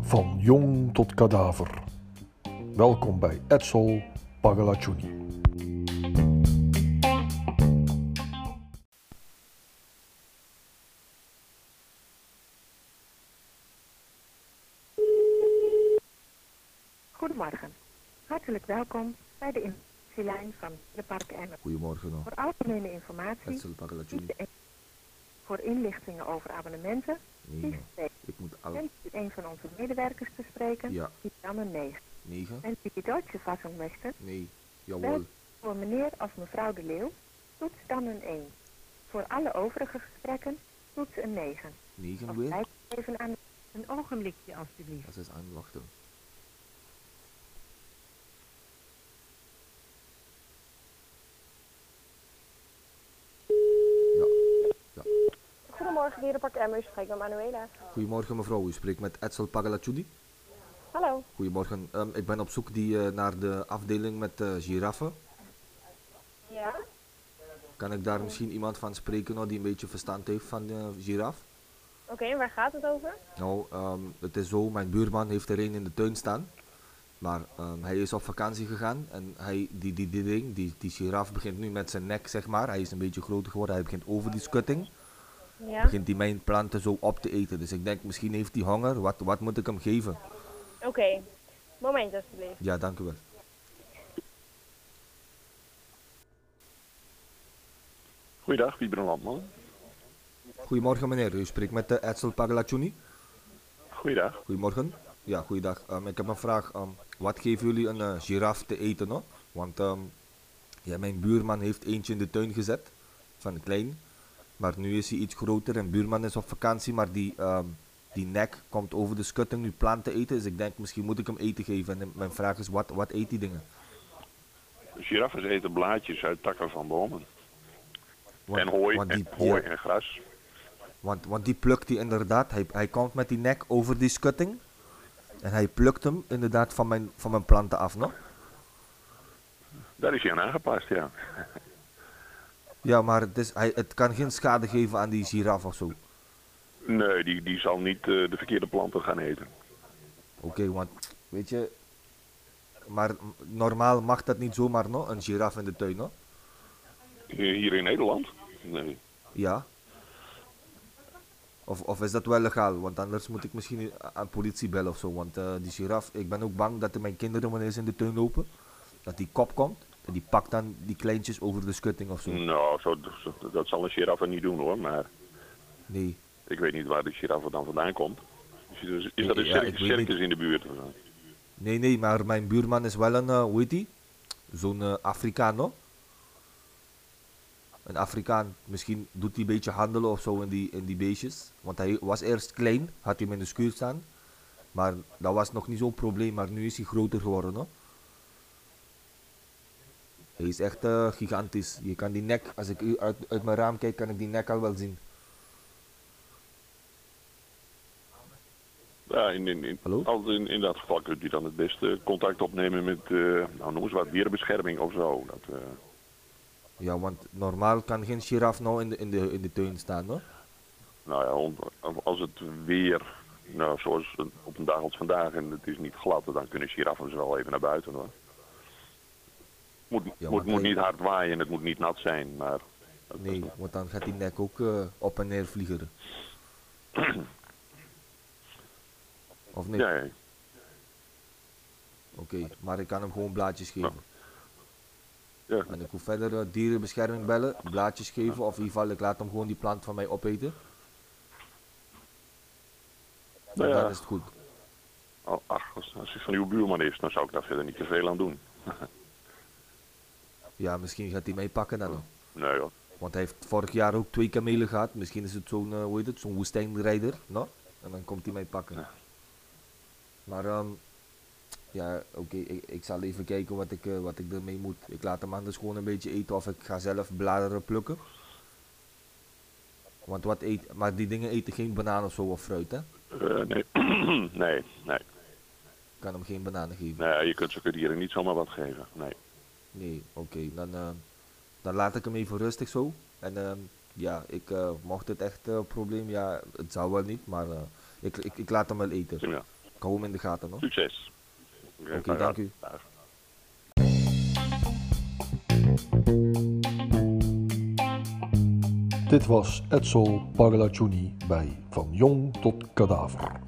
Van jong tot kadaver. Welkom bij Edsel Pagalaccioni. Goedemorgen. Hartelijk welkom bij de informatielijn van de Park Emmen. Goedemorgen, hoor. Voor algemene informatie, Edsel Pagalaccioni. kies de een. Voor inlichtingen over abonnementen, kies 9. twee. Ik moet al... Wenst u een van onze medewerkers te spreken, Ja, kies dan een 9. 9? En u die Duitse vassen möchte, Nee, jawohl. voor meneer of mevrouw De Leeuw, toets dan een 1. Voor alle overige gesprekken, toets een 9. 9 Of weer? blijf even aan een ogenblikje alstublieft. Dat is aanwachten. Ja. Goedemorgen, Dierenpark Emmer. Ik spreek met Manuela. Goedemorgen, mevrouw. U spreekt met Edsel Pagalaccioni. Hallo. Goedemorgen. Ehm, ik ben op zoek die, eh, naar de afdeling met eh giraffen. Ja? Kan ik daar misschien iemand van spreken nou, die een beetje verstand heeft van de giraf? Oké, en waar gaat het over? Nou, ehm, het is zo, mijn buurman heeft er een in de tuin staan. Maar ehm, hij is op vakantie gegaan en hij, die, die, die ding, die, die giraf begint nu met zijn nek, zeg maar. Hij is een beetje groter geworden, hij begint over die schutting. Ja? Begint hij mijn planten zo op te eten. Dus ik denk, misschien heeft hij honger. Wat, wat moet ik hem geven? Oké. Moment, alstublieft. Ja, dank u wel. Goeiedag, Wiebren Landman. Goedemorgen meneer, u spreekt met eh, Edsel Paglaccioni. Goeiedag. Goedemorgen. Ja, goeiedag. Ehm, ik heb een vraag. Ehm, wat geven jullie een eh, giraf te eten? hoor? Want ehm, ja, mijn buurman heeft eentje in de tuin gezet, van een klein. Maar nu is hij iets groter en buurman is op vakantie, maar die, ehm, die nek komt over de schutting nu plant te eten. Dus ik denk, misschien moet ik hem eten geven. En mijn vraag is, wat, wat eet die dingen? Giraffen eten blaadjes uit takken van bomen. Want, en hooi, want en, die, hooi ja, en gras. want, want die plukt hij inderdaad. Hij, hij komt met die nek over die schutting. En hij plukt hem inderdaad van mijn, van mijn planten af, nog. Daar is hij aan aangepast, ja. Ja, maar het, is, hij, het kan geen schade geven aan die giraf of zo. Oké, Nee, die, die zal niet eh, de verkeerde planten gaan eten. want weet je. Maar m- normaal mag dat niet zomaar, no? Een giraf in de tuin, no? Hier hier in Nederland? Nee. Ja. Of, of is dat wel legaal? Want anders moet ik misschien a- aan politie bellen of zo. Want eh, die giraf, ik ben ook bang dat er mijn kinderen wanneer ze in de tuin lopen, dat die kop komt. En die pakt dan die kleintjes over de schutting of zo. Nou, zo, zo- dat zal een giraffe niet doen hoor, maar Nee. ik weet niet waar de giraffe dan vandaan komt. Is, is, is dat een Ja, cir- ik weet circus niet. in de buurt? of zo? Nee, nee, maar mijn buurman is wel een, eh, hoe heet die? Zo'n eh, Afrikaan, no? Een Afrikaan. Misschien doet hij een beetje handelen of zo in die, in die beestjes. Want hij was eerst klein, had hij hem in de schuur staan. Maar dat was nog niet zo'n probleem, maar nu is hij groter geworden, no? Hij is echt eh, gigantisch. Je kan die nek, als ik u uit, uit mijn raam kijk, kan ik die nek al wel zien. Ja, in, in, in, Hallo? als- in, in dat geval kunt u dan het beste contact opnemen met, eh, nou noem eens wat, dierenbescherming of zo. Dat, eh, Ja, want normaal kan geen giraf nou in de, in de, in de tuin staan, no? Nou ja, om- als het weer, nou, zoals een- op een dag als vandaag en het is niet glad, dan kunnen giraffen wel even naar buiten hoor. Moet, Ja, moet, maar moet hij- niet hard waaien en het moet niet nat zijn, maar dat- Nee, want dan gaat die nek ook eh, op en neer vliegen. Of niet? nee. nee. Oké, maar ik kan hem gewoon blaadjes geven. Ja. En ik hoef verder eh, dierenbescherming bellen, blaadjes geven, of in ieder geval ik laat hem gewoon die plant van mij opeten. Nou En ja, dan is het goed. al- Oh, ach, als, als het van uw buurman is, dan zou ik daar verder niet te veel aan doen. Ja, misschien gaat hij mij pakken dan. nog. Nee hoor. Want hij heeft vorig jaar ook twee kamelen gehad. Misschien is het zo'n, eh, hoe heet het, zo'n woestijnrijder, no? En dan komt hij mij pakken. Ja. Maar, ehm, ja, oké, ik, ik zal even kijken wat ik, eh, wat ik ermee moet. Ik laat hem anders gewoon een beetje eten of ik ga zelf bladeren plukken. Want wat eet, maar die dingen eten geen banaan of zo of fruit, hè? Eh, nee. nee, nee, Ik kan hem geen bananen geven. nee, je kunt zulke dieren niet zomaar wat geven. Nee. Nee, oké, dan, eh, dan laat ik hem even rustig zo. En ehm, Ja, ik eh, mocht het echt eh, probleem, ja, het zou wel niet, maar eh, ik, ik, ik laat hem wel eten. Ja. Ik hou hem in de gaten, hoor. Succes. Oké, Oké, dank u. dag. Dit was Edsel Pagliaccioni bij Van Jong tot Kadaver.